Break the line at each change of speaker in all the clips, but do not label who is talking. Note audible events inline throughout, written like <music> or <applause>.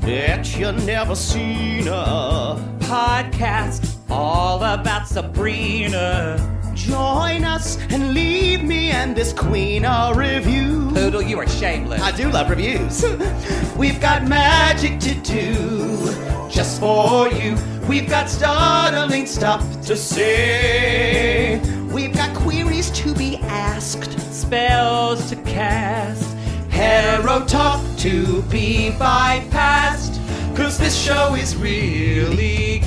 that you never seen her.
Podcast all about Sabrina.
Join us and leave me and this queen a review.
Poodle, you are shameless.
I do love reviews. <laughs> We've got magic to do just for you. We've got startling stuff to say. We've got queries to be asked.
Spells to cast.
Hero talk to be bypassed. Cause this show is really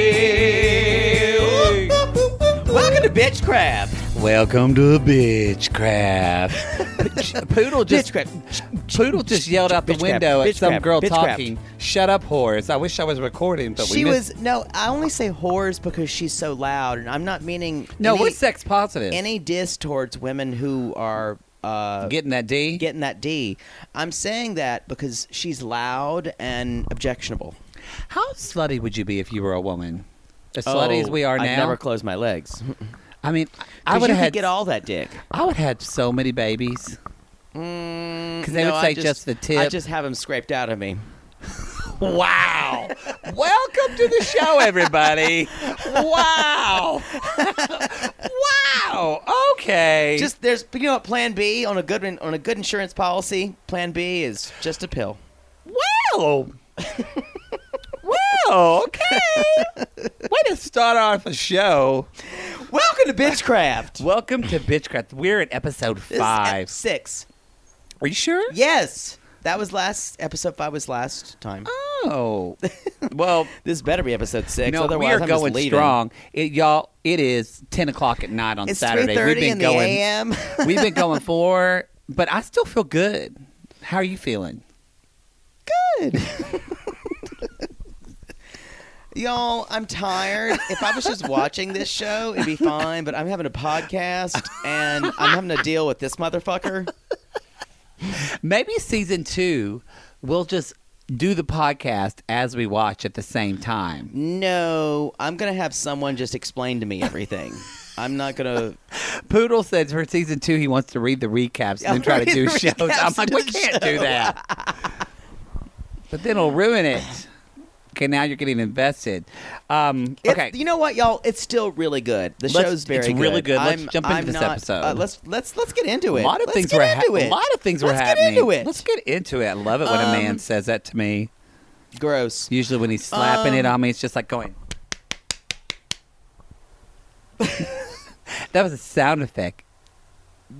gay.
Welcome to Bitchcraft.
Welcome to Bitchcraft.
Poodle just
Bitchcraft.
Poodle just yelled out the
Bitchcraft,
window at some
bitchcraft,
girl
bitchcraft.
talking. Shut up, whores! I wish I was recording, but
She
we
was no. I only say whores because she's so loud, and I'm not meaning
no.
Any,
What's sex positive?
any diss towards women who are uh,
Getting that D?
getting that D. I'm saying that because she's loud and objectionable.
How slutty would you be if you were a woman? As slutty as
Oh,
we are
I'd
now.
never close my legs.
<laughs> I mean, I
I
would
would
have had
get all that dick.
I would have had so many babies.
Because
they would say just the tip.
Mm, I just have them scraped out of me.
Wow! Welcome to the show, everybody. wow! wow! Okay.
Just there's you know what Plan B on a good on a good insurance policy. Plan B is just a pill.
Well, well, okay. Way to start off a show.
Welcome to
<laughs>
Bitchcraft.
Welcome to Bitchcraft. We're at episode
This is
five.
ep- six.
Are you sure?
Yes, that was last episode five was last time.
Oh.
<laughs>
Well,
This better be episode six.
no,
otherwise
we are
I'm just
going
leaving.
strong. It, y'all, it is 10 o'clock at night on
It's
Saturday. We've
three thirty
been
in the
going,
a.m. <laughs>
We've been going for, but I still feel good. How are you feeling?
Y'all, I'm tired. If I was just watching this show, it'd be fine. But I'm having a podcast, and I'm having to deal with this motherfucker.
Maybe season two, we'll just do the podcast as we watch at the same time.
No, I'm gonna have someone just explain to me everything. I'm
<laughs>
not gonna.
Poodle says for season two he wants to read the recaps and then try to do
Read the
shows. I'm
recaps
like,
to
we
the
can't do that. but then it'll ruin it. Okay, now you're getting invested. Um,
It-
okay,
you know what, y'all? It's still really good. The
Let's-
show's very
it's really good. Let's
I'm-
jump into
I'm
this
not-
episode.
uh, let's let's let's get into
a
it.
lot of
Let's
things
get
were
into
happening.
it.
A lot of things were
Let's get
happening.
into it.
Let's get into it. I love it when a man
Um,
says that to me.
Gross.
Usually when he's slapping it
um,
on me, it's just like going. that was a sound effect.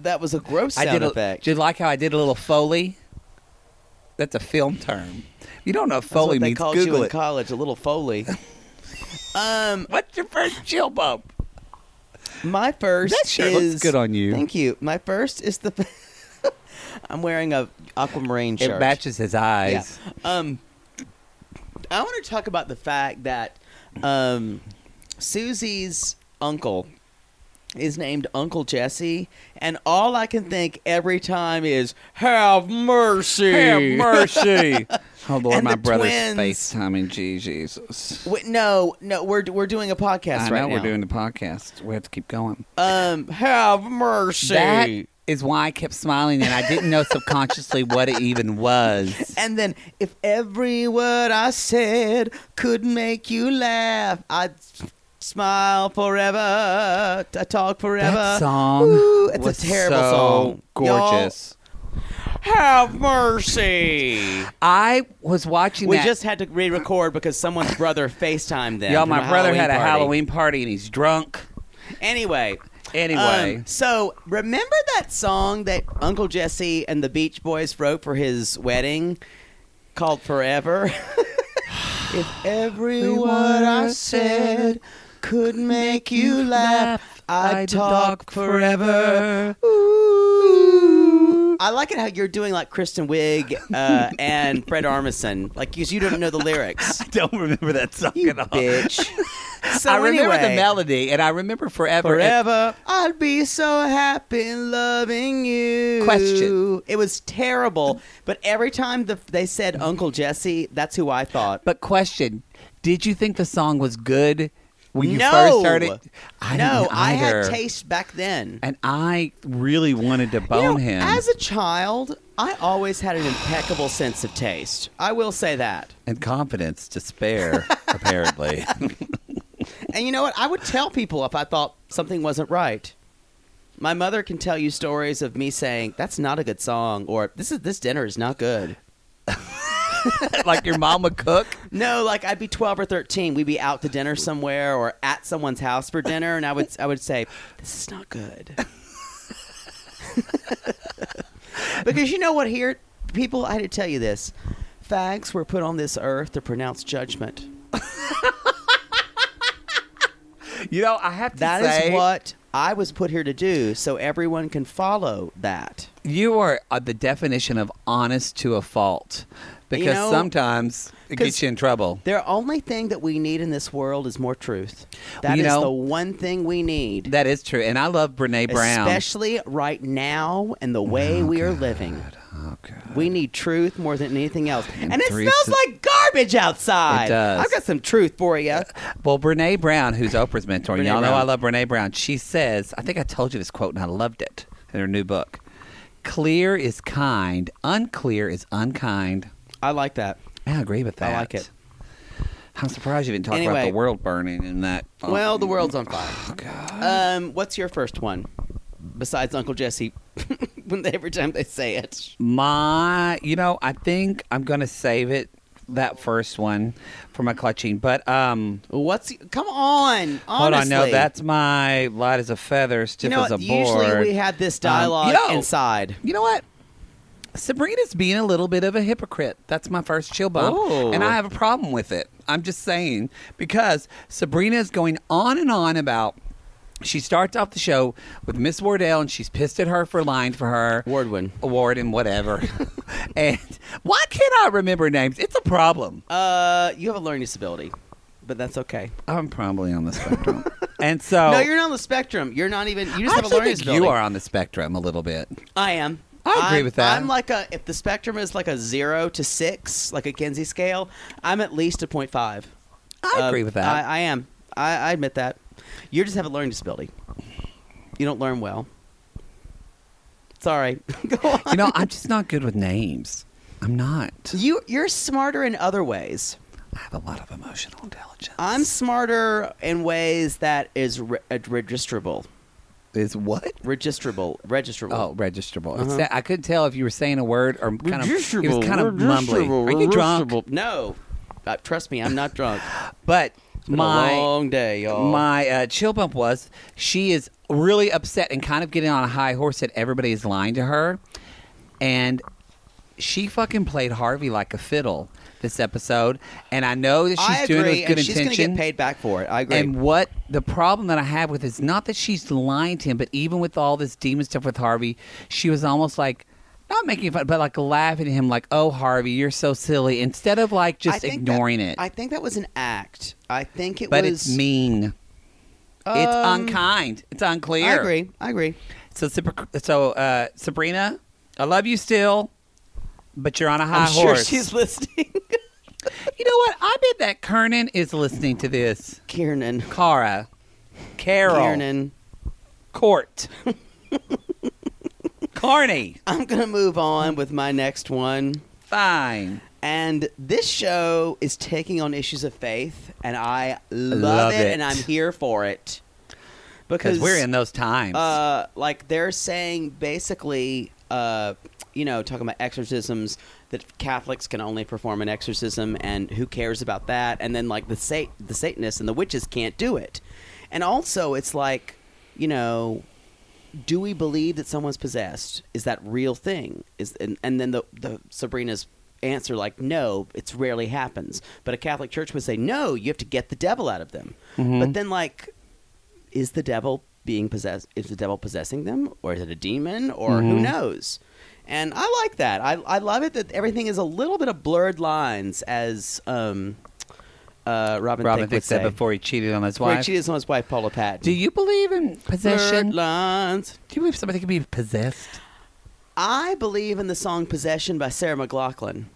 That was a gross sound
I did a,
effect.
Did you like how I did a little foley? That's a film term. You don't know what
That's
foley
what they
means.
called
Google
you in
it.
college, a
<laughs>
little foley. um,
What's your first chill bump?
my first
That shirt looks
is
good on you.
Thank you. My first is the. <laughs> I'm wearing a aquamarine shirt.
It matches his
Yeah.
eyes.
Um, I want to talk about the fact that um, Susie's uncle is named Uncle Jesse, and all I can think every time is "Have mercy."
Have
<laughs>
mercy. oh Lord,
And
my
the
brother's
twins.
FaceTiming. Gee, Jesus.
Wait, no, no, we're we're doing a podcast
I
right
know
now.
we're doing the podcast. We have to keep going.
Um, have mercy.
That is why I kept smiling, and I didn't know subconsciously what it even was.
and then if every word I said could make you laugh, I'd s- smile forever. I talk forever.
That song
Ooh, it's a
was
terrible
so
song.
Gorgeous.
Have <laughs> mercy.
I was watching
We
that.
just had to re-record because someone's brother FaceTimed them.
Y'all,
from
my
a
brother had a
party.
Halloween party and he's drunk.
Anyway.
Anyway,
um, so remember that song that Uncle Jesse and the Beach Boys wrote for his wedding called Forever? <laughs> if every
Every
word I said could make you laugh, I'd talk forever. <laughs> Ooh. I like it how you're doing like Kristen Wiig uh, and Fred Armisen. Like you, you don't know the <laughs> lyrics.
I don't remember that song
You
at all.
<laughs> bitch. So
I remember
anyway,
the melody and I remember forever.
Forever, I'd be so happy in loving you.
Question.
It was terrible, but every time the, they said Uncle Jesse, that's who I thought.
But question, did you think the song was good when you
No.
first heard it? I
no,
didn't
I had
either.
taste back then.
and I really wanted to bone
You know,
him.
As a child, I always had an impeccable sense of taste. I will say that.
and confidence to spare,
<laughs>
apparently.
And you know what? I would tell people if I thought something wasn't right. My mother can tell you stories of me saying, "That's not a good song," or "This is this dinner is not good."
like your mom would cook.
No, like I'd be twelve or thirteen. We'd be out to dinner somewhere or at someone's house for dinner, and I would I would say, "This is not good," <laughs> because you know what? Here, people, I had to tell you this: fags were put on this earth to pronounce judgment.
You know, I have to
That is
say
what I was put here to do, so everyone can follow that.
you are uh, the definition of honest to a fault, because
know,
sometimes it
'cause-
gets you in trouble.
The only thing that we need in this world is more truth. That is
You know-
the one thing we need,
That is true, and I love Brene Brown.
especially right now and the way we are living.
Oh, God.
We need truth more than anything else. And, it
three
smells
si-
like garbage outside.
It does. Uh,
I've got some truth for you.
Well, Brene Brown, who's Oprah's mentor,
Brene
y'all know
Brown.
I love Brene Brown. She says, I think I told you this quote, and I loved it in her new book. Clear is kind, unclear is unkind.
I like that.
I agree with that.
I like it.
I'm surprised you didn't talk about
Anyway.
the world burning and that. uh,
Well, the world's on fire.
Oh, God.
Um, what's your first one? Besides Uncle Jesse, <laughs> when they, every time they say it.
My, you know, I think I'm gonna save it that first one for my clutching, but um,
What's come on? Honestly.
hold on, no, that's my light as a feather, stiff
you know
as a
what?
board.
Usually we have
Um,
this
you
dialogue
know-
inside.
You know what? Sabrina's being a little bit of a hypocrite. That's my first chill bump.
Ooh.
And I have a problem with it. I'm just saying. Because Sabrina is going on and on about. She starts off the show with Miss Wardell, and she's pissed at her for lying for her
Wardwin.
award and
<laughs>
whatever. and why can't I remember names? It's a problem.
Uh, you have a learning disability, but that's okay.
I'm probably on the spectrum. and so
<laughs> No, you're not on the spectrum. You're not even. You
Oh. I
just have a
actually
learning
think
disability.
you are on the spectrum a little bit.
I am.
I agree
I'm-
with that.
I'm like a. If the spectrum is like a zero to six, like a Kinsey scale, I'm at least a point five.
I
Uh,
agree with that.
I, I am. I, I admit that. You just have a learning disability. You don't learn well. Sorry. <laughs> Go on.
you know, I'm just not good with names. I'm not.
You you're smarter in other ways.
I have a lot of emotional intelligence.
I'm smarter in ways that is re- uh, registerable,
is what?
registerable, registerable.
Oh, registerable.
Uh-huh.
It's- I couldn't tell if you were saying a word or kind of. It was
Registerable,
kind of mumbly.
registerable,
Are you drunk?
registerable. No, uh, trust me, I'm not <laughs> drunk.
But
Been a
my
long day, y'all.
my uh, chill bump was she is really upset and kind of getting on a high horse that everybody is lying to her, and she fucking played Harvey like a fiddle this episode. And I know that she's
I
doing it
agree,
with good
and she's
intention.
gonna get paid back for it. I agree.
And what the problem that I have with is not that she's lying to him, but even with all this demon stuff with Harvey, she was almost like not making fun, but like laughing at him, like, "Oh, Harvey, you're so silly," instead of like
I
just
think that-
ignoring it.
I think that was an act. I think it
but
was.
it's mean. it's
Um,
unkind. It's unclear.
I agree. I agree.
So, Sab- so uh, Sabrina, I love you still, but you're on a high
I'm sure
horse. <laughs>
she's listening.
you know what? I bet that Kernan is listening to this.
Kiernan.
Cara, Carol,
Kiernan.
Court, Carney.
I'm gonna move on with my next one.
Fine.
And this show is taking on issues of faith, and I love,
Love
it,
it.
and I'm here for it.
Because we're in those times.
Uh, like they're saying basically, uh, you know, talking about exorcisms that Catholics can only perform an exorcism, and who cares about that? And then like the sa- the Satanists and the witches can't do it. And also, it's like, you know, do we believe that someone's possessed? Is that real thing? Is and, and then the, the Sabrina's answer like no it's rarely happens but a catholic church would say no you have to get the devil out of them but then like is the devil being possessed is the devil possessing them or is it a demon or who
Mm-hmm.
knows and i like that I, I love it that everything is a little bit of blurred lines as um uh robin,
Robin
Thicke would
Thicke said
say.
before he cheated on his
Where
wife.
she is on his wife paula patton
Do you believe in possession?
blurred
Do
lines
you believe somebody can be possessed?
I believe in the song Possession by Sarah McLaughlin.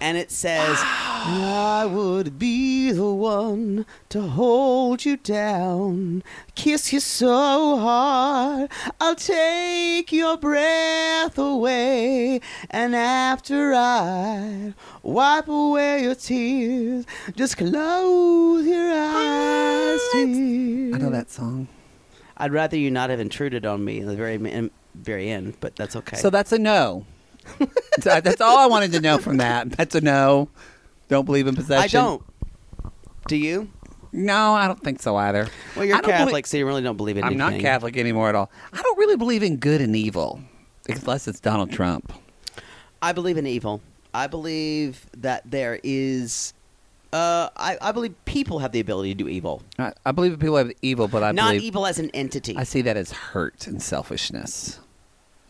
And it says, I would be the one to hold you down, kiss you so hard, I'll take your breath away. And after I wipe away your tears, just close your eyes. Dear.
Ah, I know that song.
I'd rather you not have intruded on me in the very min- very end, but that's okay.
So that's a
<laughs>
no. So that's all I wanted to know from that. That's a no. Don't believe in possession.
I don't. Do you?
No, I don't think so either.
Well, you're
I don't belie-
Catholic, so you really don't believe in
I'm
anything.
not Catholic anymore at all. I don't really believe in good and evil, unless it's Donald Trump.
I believe in evil. I believe that there is. Uh, I, I believe people have the ability to do evil,
I, I believe in people have evil, but I
not
believe
evil as an entity.
I see that as hurt and selfishness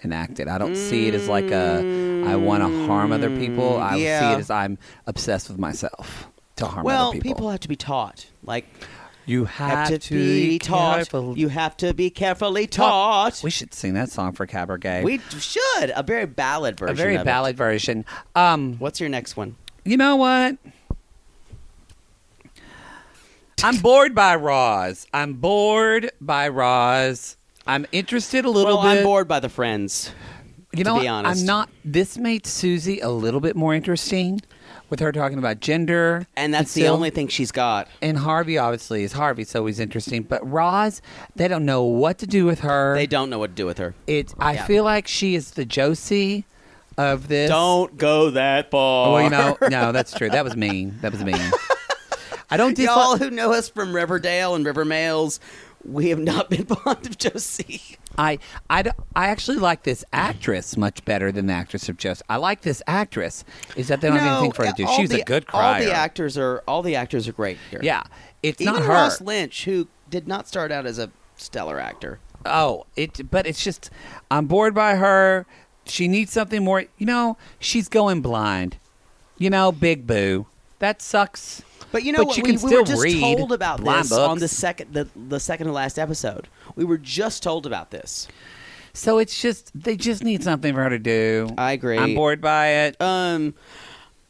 enacted. I don't see it as like a I want to harm other people. I
yeah.
see it as I'm obsessed with myself to harm
well,
other people.
have to be taught. Like
you have,
have, to, be taught.
careful-
You have to be carefully taught.
We should sing that song for Cabaret.
We should a very ballad version.
a very
of it.
ballad version. Um,
What's your next one?
you know what? I'm bored by Roz. I'm bored by Roz. I'm interested a little
Well,
bit.
I'm bored by the friends.
You
to
know,
be
what?
honest.
I'm not. This made Susie a little bit more interesting with her talking about gender,
And that's the
still-
only thing she's got.
And Harvey obviously is Harvey, so he's interesting. But Roz, they don't know what to do with her.
They don't know what to do with her.
It. I
Yeah.
feel like she is the Josie of this.
Don't go that far.
Oh, Well, you know, no, that's true. That was mean. That was mean. I don't dislike.
<laughs> Y'all who know us from Riverdale and River Males, we have not been <laughs> fond of Josie.
I, I, d- I actually like this actress much better than the actress of Josie. I like this actress. Is that they don't have anything for her to do?
all
She's
the-
a good crier.
All the actors are all the actors are great here.
Yeah, it's
even
not her.
Ross Lynch, who did not start out as a stellar actor.
Oh, it. But it's just I'm bored by her. She needs something more. You know, she's going blind. You know, big boo. That sucks.
But you know
But
what?
you
we,
can
we were
still
just
read
told about
blind
this
books.
on the second the, the second to last episode. We were just told about this.
So it's just they just need something for her to do.
I agree.
I'm bored by it.
Um,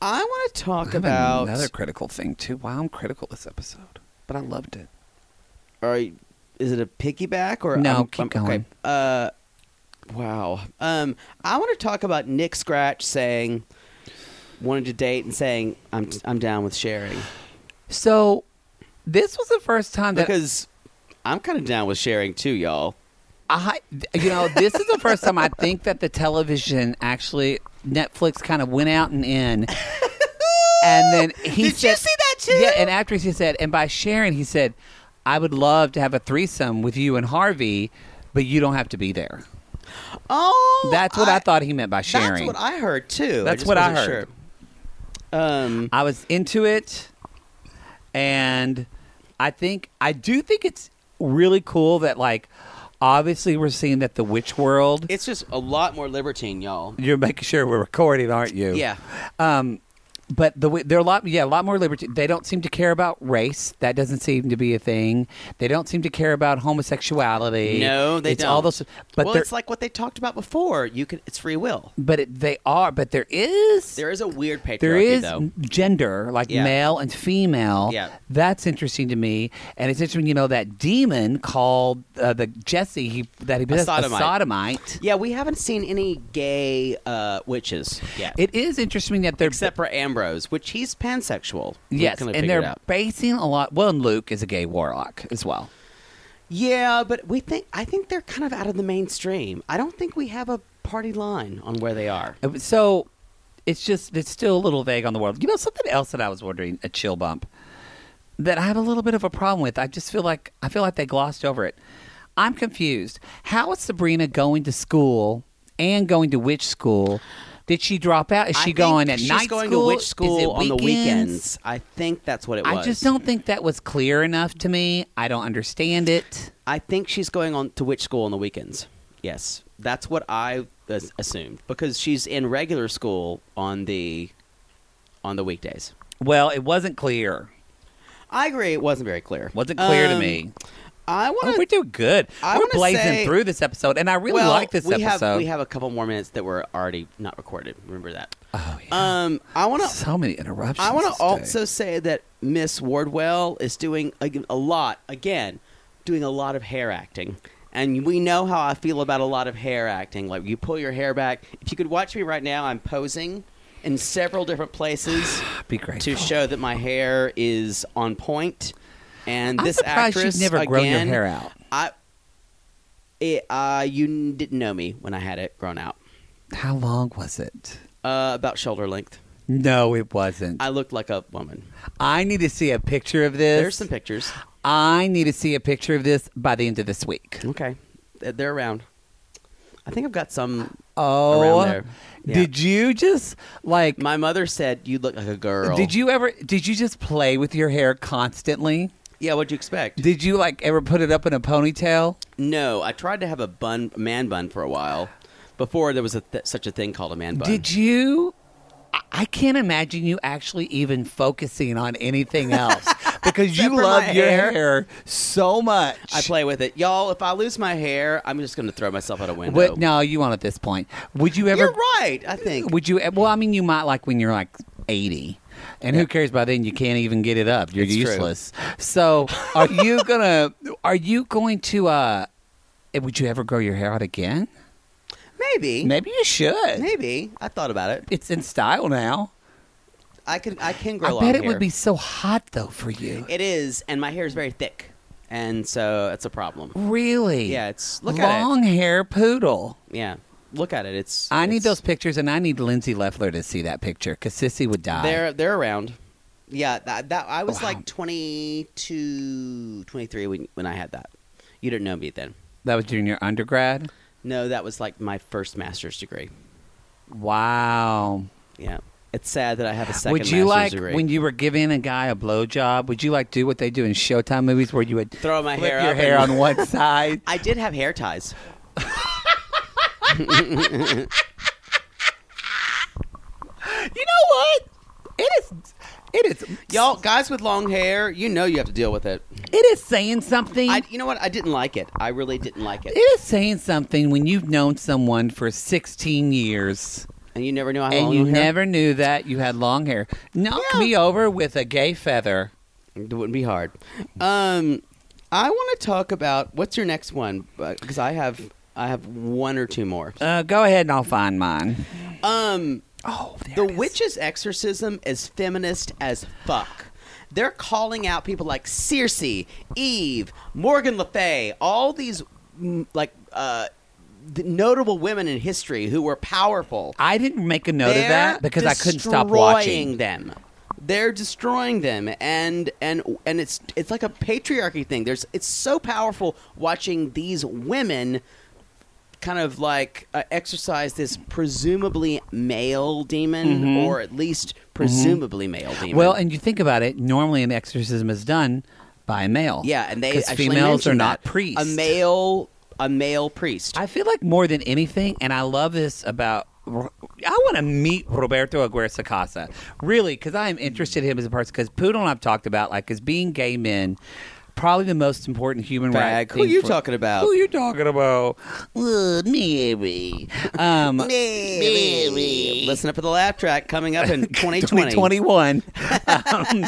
I want to talk
I have
about
another critical thing too. Wow, I'm critical this episode, but I loved it.
Are you- is it a piggyback or
No,
I'm-
keep
I'm-
going.
Uh, wow. Um, I want to talk about Nick Scratch saying wanted to date and saying I'm I'm down with sharing
So this was the first time that
because I'm kind of down with sharing too, y'all.
I, you know, this is the first time I think that the television actually Netflix kind of went out and in. And
<laughs>
then he
Did you
said,
see that too?
Yeah, and after he said, and by Sharon, he said, I would love to have a threesome with you and Harvey, but you don't have to be there.
Oh,
That's what I, thought he meant by
That's
sharing.
what I heard too.
That's
just
what I
wasn't
heard.
sure. Um,
I was into it, and I think I do think it's really cool that like obviously we're seeing that the witch world.
it's just a lot more libertine, y'all.
You're making sure we're recording, aren't you?
Yeah.
Um, but the wi- they're a lot yeah a lot more liberty. They don't seem to care about race. That doesn't seem to be a thing. They don't seem to care about homosexuality.
No, they
it's
don't.
All those, but
well,
they're-
it's like what they talked about before. You can it's free will.
but it, they are. But there is
There is a weird patriarchy
there is
though.
gender like
Yeah.
male and female
Yeah.
that's interesting to me and it's interesting you know that demon called uh, the jesse he, that he possessed,
sodomite.
a sodomite
Yeah, we haven't seen any gay uh, witches yet,
it is interesting that they're
except for Ambrose, which he's pansexual. We
yes
kinda
and
figured
they're
out.
basing a lot well and luke is a gay warlock as well
yeah, but we think I think they're kind of out of the mainstream. I don't think we have a party line on where they are.
Uh, So it's just it's still a little vague on the world. You know something else that I was wondering a chill bump that I have a little bit of a problem with. I just feel like I feel like they glossed over it. I'm confused. How is Sabrina going to school and going to which school? Did she drop out? Is
I
she
think
going at
she's
night
going
school?
to which
Is it
school on the weekends? I think that's what it was.
I just don't think that was clear enough to me. I don't understand it.
I think she's going on to which school on the weekends. Yes, that's what I as- assumed because she's in regular school on the on the weekdays.
Well, it wasn't clear.
I agree. It wasn't very clear.
Wasn't clear to
Um,
me.
I
Oh,
want
we're
to.
doing good.
I
we're
wanna
blazing
say-
through this episode, and I really like this
we
episode.
Have, we have a couple more minutes that were already not recorded. Remember that.
Oh yeah.
Um, I want to
so many interruptions.
I want
today.
to also say that Miss Wardwell is doing a, a lot again, doing a lot of hair acting. And we know how I feel about a lot of hair acting. Like you pull your hair back. If you could watch me right now, I'm posing in several different
<sighs>
places
be great
to show that my hair is on point. And
I'm
this
surprised
actress
you've never
again,
grown your hair out.
I, it, uh, you n- didn't know me when I had it grown out,
How long was it?
uh, about shoulder length.
No, it wasn't.
I
I,
looked like a woman.
need to see a picture of this.
There's some pictures.
I need to see a picture of this by the end of this week.
Okay, Th- they're around. I think I've got some.
Oh,
there. Yeah.
did you just like?
My mother said you look like a girl.
Did you ever? Did you just play with your hair constantly?
Yeah, what'd you expect?
Did you like ever put it up in a ponytail?
no, I tried to have a bun, man bun for a while, before there was a th- such a thing called a man bun.
Did you? I- I can't imagine you actually even focusing on
<laughs>
anything else because
Except
you
for my
love your
hair.
hair. so much.
I play with it, y'all. If I lose my hair, I'm just going to throw myself out a window.
What, no, you won't at this point. Would you ever?
you're right. I think.
Would you? eh, Well, I mean, you might like when you're like 80, and who cares by then? You can't even get it up. You're
It's true.
useless. So, are you gonna? Are you going to? uh Would you ever grow your hair out again?
Maybe.
Maybe you should.
Maybe. I thought about it.
It's in style now.
I can. I can grow.
I bet
long
it
hair.
would be so hot though for you.
It is, and my hair is very thick, and so it's a problem.
really?
Yeah, it's look at it.
long hair poodle.
Yeah, look at it. It's.
I need
it's-
those pictures, and I need Lindsay Leffler to see that picture because Sissy would die.
They're they're around. Yeah, that, that I was
Wow.
like 22, 23 when when I had that. You didn't know me then.
That was during your undergrad.
No, that was like my first master's degree.
Wow.
Yeah, it's sad that I have a second.
would you
master's
like
degree.
when you were giving a guy a blowjob? Would you like do what they do in Showtime movies where you would
Throw my
flip
hair
your
up
hair
and-
on
<laughs>
one side?
I did have hair ties.
You know what? It is. It is.
Y'all, guys with long hair, you know you have to deal with it.
It is saying something.
I, you know what? I didn't like it. I really didn't like it.
it is saying something when you've known someone for 16 years
And you never knew I had
and
long
you
hair.
never knew that you had long hair. Knock
Yeah.
me over with a gay feather.
It wouldn't be hard. Um, I want to talk about what's your next one because I have I have one or two more.
Uh, go ahead and I'll find mine.
Um,
Oh, there
the
it is.
witch's exorcism is feminist as fuck. They're calling out people like Circe, Eve, Morgan Le Fay, all these mm, like uh, th- notable women in history who were powerful.
I didn't make a note of
They're
that because I couldn't stop watching.
destroying them. They're destroying them, and and and it's it's like a patriarchy thing. There's it's so powerful watching these women kind of like uh, exercise this presumably male demon, or at least presumably male demon.
Mm-hmm. Well, and you think about it, normally an exorcism is done by a male.
yeah, and they
'Cause
actually
females are
mention
not
that.
priests.
A male, a male priest.
I feel like more than anything, and I love this about. I want to meet Roberto Aguirre Sacasa, really, because I am interested in him as a person. Because Poodle and I've talked about, like, as being gay men, probably the most important human right.
Fag. Who
thing
you
for-
talking about?
Who you talking about? Uh, Mary.
<laughs>
Um, Mary. <laughs>
Listen up for the laugh track coming up in 2020.
2021. um,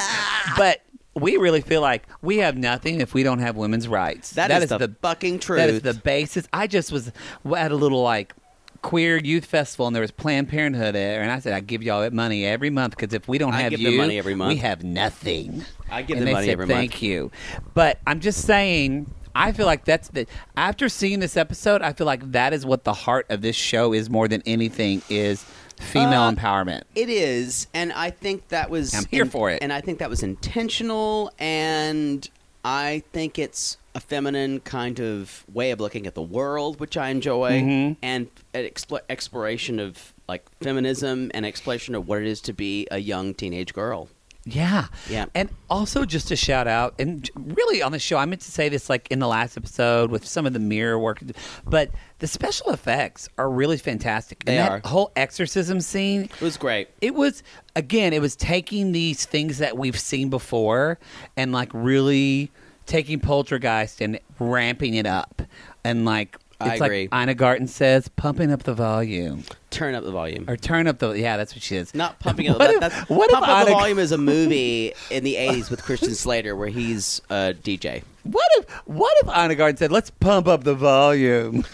but we really feel like we have nothing if we don't have women's rights.
that is, the, fucking truth.
that is the basis. I just was at a little like queer youth festival and there was Planned Parenthood there, and I said I give y'all that money every month because if we don't
I
have
give
you,
them money every month.
we have nothing.
I give
and
them
they
money
said,
every month.
Thank you, but I'm just saying. I feel like that's the after seeing this episode, I feel like that is what the heart of this show is more than anything is female
Uh,
empowerment.
It is, and I think that was
I'm here for it.
And I think that was intentional, and I think it's a feminine kind of way of looking at the world, which I enjoy,
Mm-hmm.
and an expl- exploration of like feminism and exploration of what it is to be a young teenage girl.
Yeah.
Yeah.
And also just a shout out and really on the show I meant to say this like in the last episode with some of the mirror work but the special effects are really fantastic.
They
and
are.
that whole exorcism scene
It was great.
it was again it was taking these things that we've seen before and like really taking poltergeist and ramping it up and like
I
it's
agree.
like Ina Garten says, pumping up the volume
Turn up the volume.
or turn up the yeah. That's what she is.
Not pumping up.
<laughs> What
that,
if-
that's,
what if
Pump up the
Ina-
volume
<laughs>
is a movie in the '80s with Christian Slater where he's a DJ.
What if what if Ina Garten said, let's pump up the volume?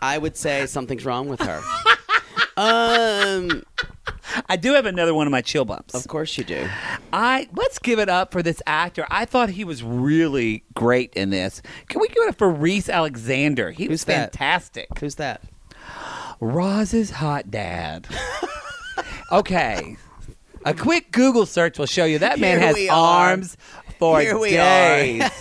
I would say something's wrong with <laughs> her. um,
I do have another one of my chill bumps.
of course you do.
I let's give it up for this actor. I thought he was really great in this. Can we give it up for Reese Alexander? He was
Who's that?
fantastic.
Who's that?
Roz's hot
<laughs>
dad. okay. A quick Google search will show you that man
Here
has
we are.
arms for
Here we
days.
<laughs>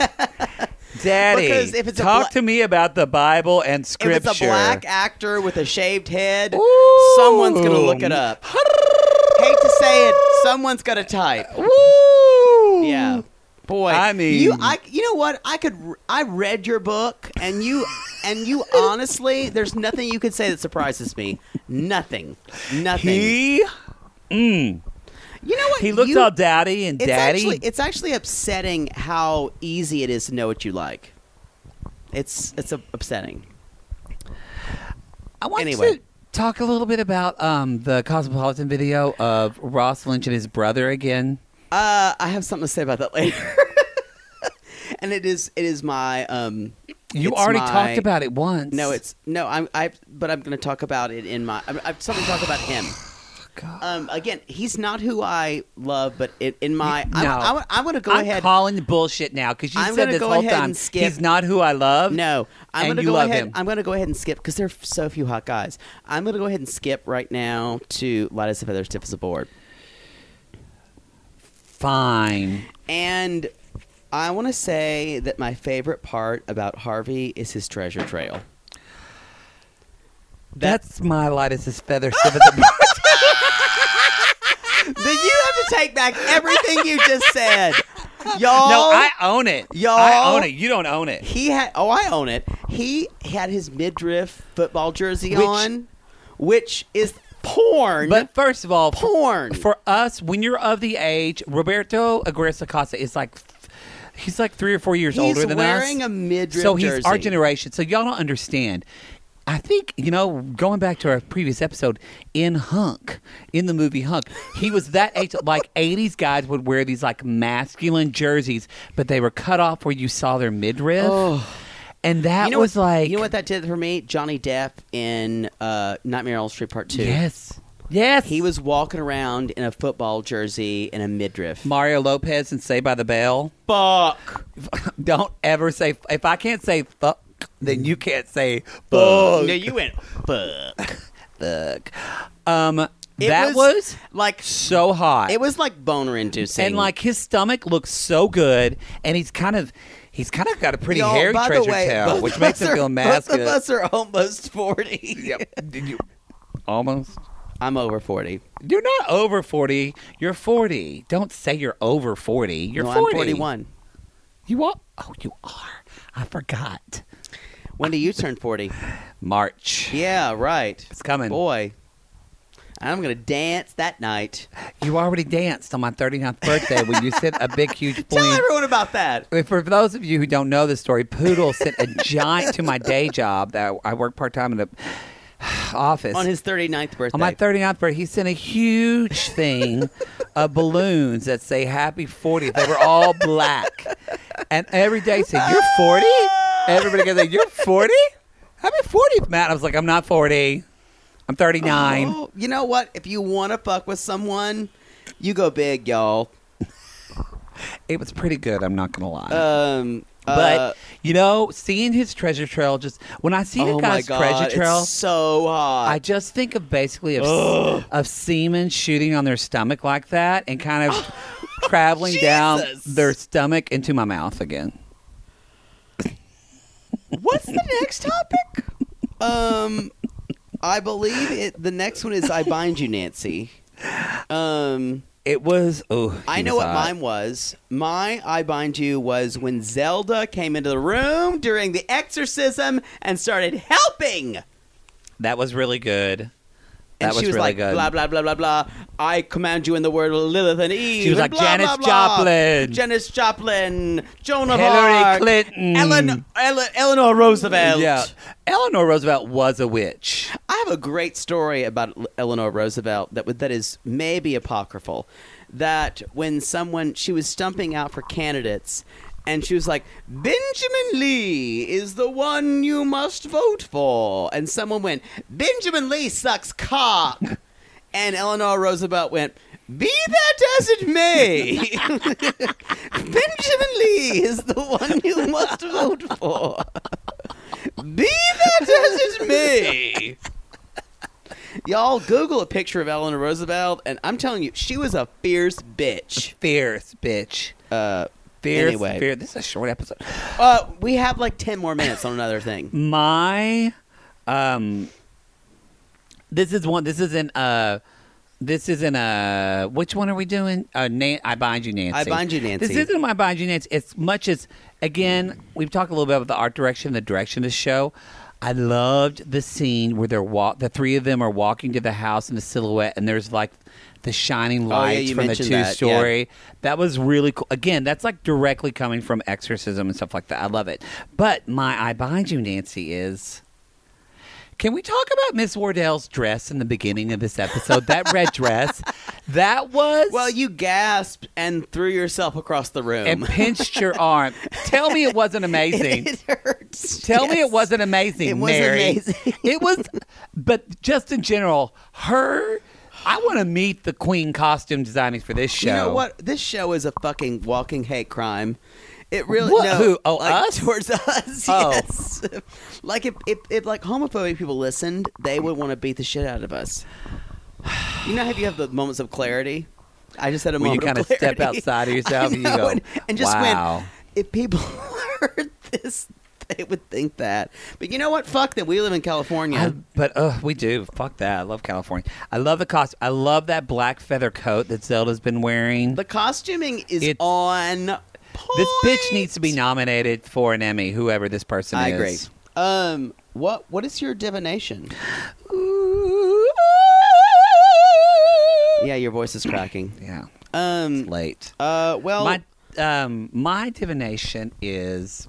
Daddy,
Because if it's a
talk to
bla-
me about the Bible and
If
scripture.
it's a black actor with a shaved head,
Ooh.
someone's gonna look it up. Hate to say it, someone's gonna type.
Woo!
Yeah. Boy,
I mean-
you. I, you know what? I could. I read your book, and you, and you. Honestly, there's nothing you could say that surprises me. Nothing. Nothing.
He
you know what?
he looks
You-
all daddy and
It's
daddy.
actually it's actually upsetting how easy it is to know what you like. It's it's up- upsetting.
I want
Anyway.
to talk a little bit about um, the Cosmopolitan video of Ross Lynch and his brother again.
Uh, I have something to say about that <laughs> later. and it is it is my um.
You
it's
already
my-
talked about it once.
No, it's no. I'm I. But I'm going to talk about it in my. I have something to talk about him.
Oh, God.
Um, again, he's not who I love, but it, in my, I,
No.
I, I want to go
I'm
ahead.
calling the bullshit now because you
I'm
said
gonna
this
go
whole
ahead
time
and skip-
he's not who I love.
No, I'm
and
gonna
you
go
love
ahead.
him.
I'm gonna go ahead and skip because there are so few hot guys. I'm gonna go ahead and skip right now to light as a feather, stiff as a board,
Fine.
and I want to say that my favorite part about Harvey is his treasure trail.
That's my light as his
<laughs>
feather. stiff as a-
then you have to take back everything you just
<laughs>
said, y'all.
no, I own it.
Y'all-
I own it. You don't own it.
he had oh I own it. He had his midriff football jersey
Which-
on, which is porn.
But first of all, for-
porn.
for us, when you're of the age, Roberto Agresta Costa is like, he's like three or four years
he's
older than us.
wearing a midriff
so he's
jersey.
our generation. So y'all don't understand. I think you know, going back to our previous episode in Hunk, in the movie Hunk, he was that age.
<laughs>
Like '80s guys would wear these like masculine jerseys, but they were cut off where you saw their midriff, and that
You know
was
what,
like
you know what that did for me? Johnny Depp in uh, Nightmare on Elm Street Part Two.
Yes, yes,
He was walking around in a football jersey and a midriff.
Mario Lopez and Say by the Bell.
Fuck.
Don't ever say if I can't say fuck, then you can't say
Fuck.
fuck.
No, you went fuck.
fuck. Um,
It
that was
like
so hot.
it was like boner inducing.
and like his stomach looks so good, and he's kind of he's kind of got a pretty
Y'all,
hairy
by the
treasure
way,
tail,
<laughs> both
which
of
makes
us
him feel
are-
masculine.
Both of us are almost forty.
Yep. Did you almost?
I'm over forty.
You're not over forty. You're forty. Don't say you're over forty. You're
no,
forty.
I'm forty-one.
You are. Oh, you are. I forgot.
When do you
<laughs>
turn forty?
March.
Yeah, right.
It's coming.
Boy, I'm gonna dance that night.
You already danced on my 39th birthday when you sent a big, huge
<laughs> Tell
bling.
everyone about that.
If- For those of you who don't know the story, Poodle sent a giant to my day job that I work part time in the <sighs> office.
on his 39th birthday.
on my 39th birthday, he sent a huge thing of balloons that say happy 40th. They were all black. And every day he said, You're 40? Everybody goes, like, You're 40? Happy 40th, Matt. I was like, I'm not 40. I'm 39.
Oh, you know what? If you want to fuck with someone, you go big, y'all.
It was pretty good. I'm not going to lie.
Um,
But
uh,
you know, seeing his treasure trail just when I see
oh
a
my
guy's
god,
treasure trail,
it's so hot.
I just think of basically of, s- of semen shooting on their stomach like that and kind of
<laughs>
traveling down
Jesus.
their stomach into my mouth again.
What's the next topic? um, I believe it. The next one is I bind you, Nancy. Um,
It was oh,
I
he
know
was
what
hot.
mine was. My I bind you was when Zelda came into the room during the exorcism and started helping.
That was really good. That
and
was
she was
really
like,
good.
blah, blah, blah, blah, blah. I command you in the word Lilith and Eve.
She was like,
and blah,
"Janis
blah, blah.
Joplin."
Janis Joplin. Joan of
Hillary
Arc.
Clinton.
Ellen, Ele- Eleanor Roosevelt.
Yeah. Eleanor Roosevelt was a witch. <laughs>
I have a great story about L- Eleanor Roosevelt that would- that is maybe apocryphal. That when someone she was stumping out for candidates, and she was like, "Benjamin Lee is the one you must vote for," and someone went, "Benjamin Lee sucks cock," and Eleanor Roosevelt went. Be that as it may, <laughs> Benjamin Lee is the one you must vote for. <laughs> Be that as it may. Y'all Google a picture of Eleanor Roosevelt, and I'm telling you, she was a fierce bitch.
Fierce bitch.
Uh,
Fierce.
Anyway.
Fierce. This is a short episode.
uh, we have like 10 more minutes on another
<laughs>
thing.
my um this is one this isn't uh this isn't a which one are we doing uh Nan- i bind you nancy
I Bind You, Nancy.
this isn't my bind you nancy as much as again we've talked a little bit about the art direction the direction of the show I loved the scene where they're walk. The three of them are walking to the house in the silhouette, and there's like the shining
Oh, yeah,
lights
you
from the
mentioned
two
that, yeah.
story. That was really cool. Again, that's like directly coming from exorcism and stuff like that. I love it. But my I bind you, Nancy, is. Can we talk about Miss Wardell's dress in the beginning of this episode? That
<laughs>
red dress, that was
Well, you gasped and threw yourself across the room. <laughs>
and pinched your arm. Tell me it wasn't amazing.
it hurts.
Tell me it
Yes.
wasn't amazing,
It was
Mary.
amazing.
it was, but just in general, her. I want to meet the queen costume designers for this show.
You know what? This show is a fucking walking hate crime. It really
What?
no.
Who? Oh,
like, <laughs>
us?
towards us.
Oh.
Yes. like if, if if like homophobic people listened, they would want to beat the shit out of us. You know how you have the moments of clarity. I just had a
When you
moment
kinda
of
step
clarity.
outside of yourself
<laughs>
and
I
you
know,
go,
and, and just went,
"Wow."
if people <laughs> heard this, they would think that. But you know what? Fuck that. We live in California.
I- but uh, we do. Fuck that. I love California. I love the cost. I love that black feather coat that Zelda's been wearing.
the costuming is
It's-
on.
this bitch
point.
needs to be nominated for an Emmy. Whoever this person
I
is.
agree. Um, what what is your divination? Yeah, your voice is cracking.
Yeah.
Um,
Late.
uh, well,
My um, my divination is.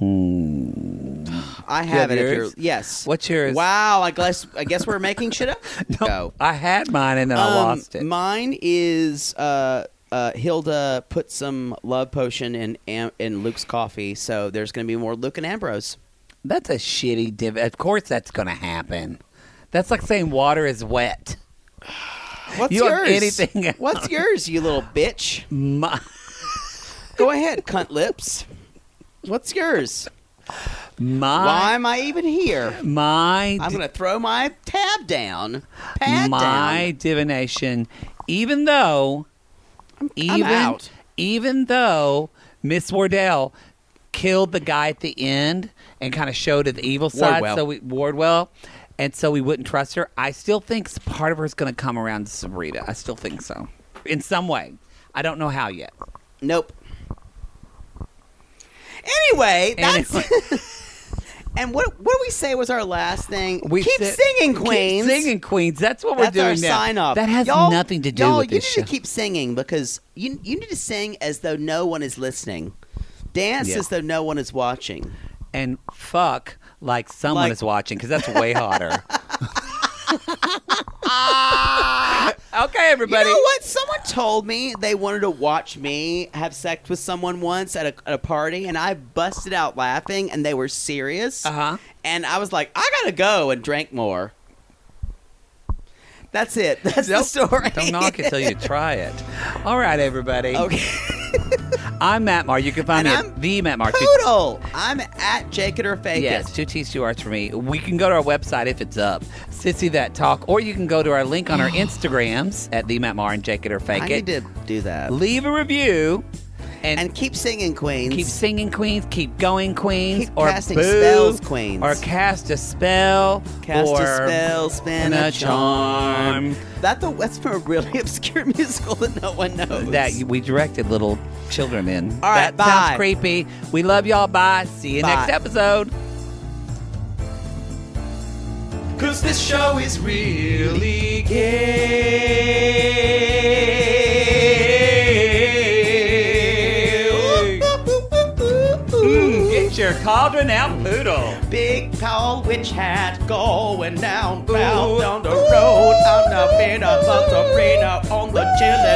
I
have
have it. If
yours?
you're, yes.
hmm, What's yours?
Wow, I guess I guess we're making
<laughs>
shit up.
No, <laughs> I had mine and then I
Um,
lost it.
Mine is uh, uh, Hilda put some love potion in Am- in Luke's coffee, so there's going to be more Luke and Ambrose.
that's a shitty div. Of course, that's gonna happen. That's like saying water is wet.
What's
You have
yours?
anything else?
<laughs> What's yours, you little bitch?
My,
Go ahead, cunt lips. What's yours?
my
Why am I
<laughs>
even here?
My di-
I'm going to throw my tab down. Pad
my
down.
divination, even though, even
out.
even though Miss Wardell killed the guy at the end and kind of showed it the evil side,
Wardwell.
so we Wardwell, and so we wouldn't trust her. I still think s- part of her is going to come around to Sabrina. I still think so, in some way. I don't know how yet.
Nope. Anyway, that's. <laughs>
Anyway.
and what what do we say was our last thing?
We
keep
said-
singing, queens.
Keep singing, queens. That's what
That's
we're doing
our
now.
sign off.
That has
Y'all-
nothing to do
y'all,
with
you
this
need
show.
to keep singing because you you need to sing as though no one is listening. Dance
Yeah.
as though no one is watching.
and fuck like someone
Like-
is watching because that's way
<laughs>
hotter. <laughs> okay, everybody.
You know what? Someone told me they wanted to watch me have sex with someone once at a, at a party, and I busted out laughing, and they were serious.
Uh-huh.
And I was like, I gotta go and drink more. That's it. <laughs> That's the
Nope.
story.
Don't knock it till you try it. All right, everybody.
<laughs> Okay.
I'm Matt Marr. You can find
And
me at
I'm
the Matt Marr. Two-
Poodle. I'm at Jake it or fake
Yes,
it.
two T's, two R's for me. We can go to our website if it's up, Sissy That Talk, or you can go to our link
<gasps>
on our Instagrams at the Matt Marr and Jake It or Fake
I
It.
need to do that.
Leave a review and,
And keep singing, Queens.
Keep singing, Queens. Keep going, Queens.
Keep
or
casting
boo,
spells, Queens.
Or cast a spell.
Cast
or
a spell, spin
and
a
a charm.
charm. That the that's from a really <laughs> obscure musical that no one knows.
That we directed little children in.
All right,
that sounds
bye.
creepy. We love y'all. Bye. See you
Bye.
next episode.
Cause this show is really gay. Mm, get your cauldron out, poodle.
Big tall witch hat going down,
Ooh.
bound down the Uh, road on the bit of ballerina on the chili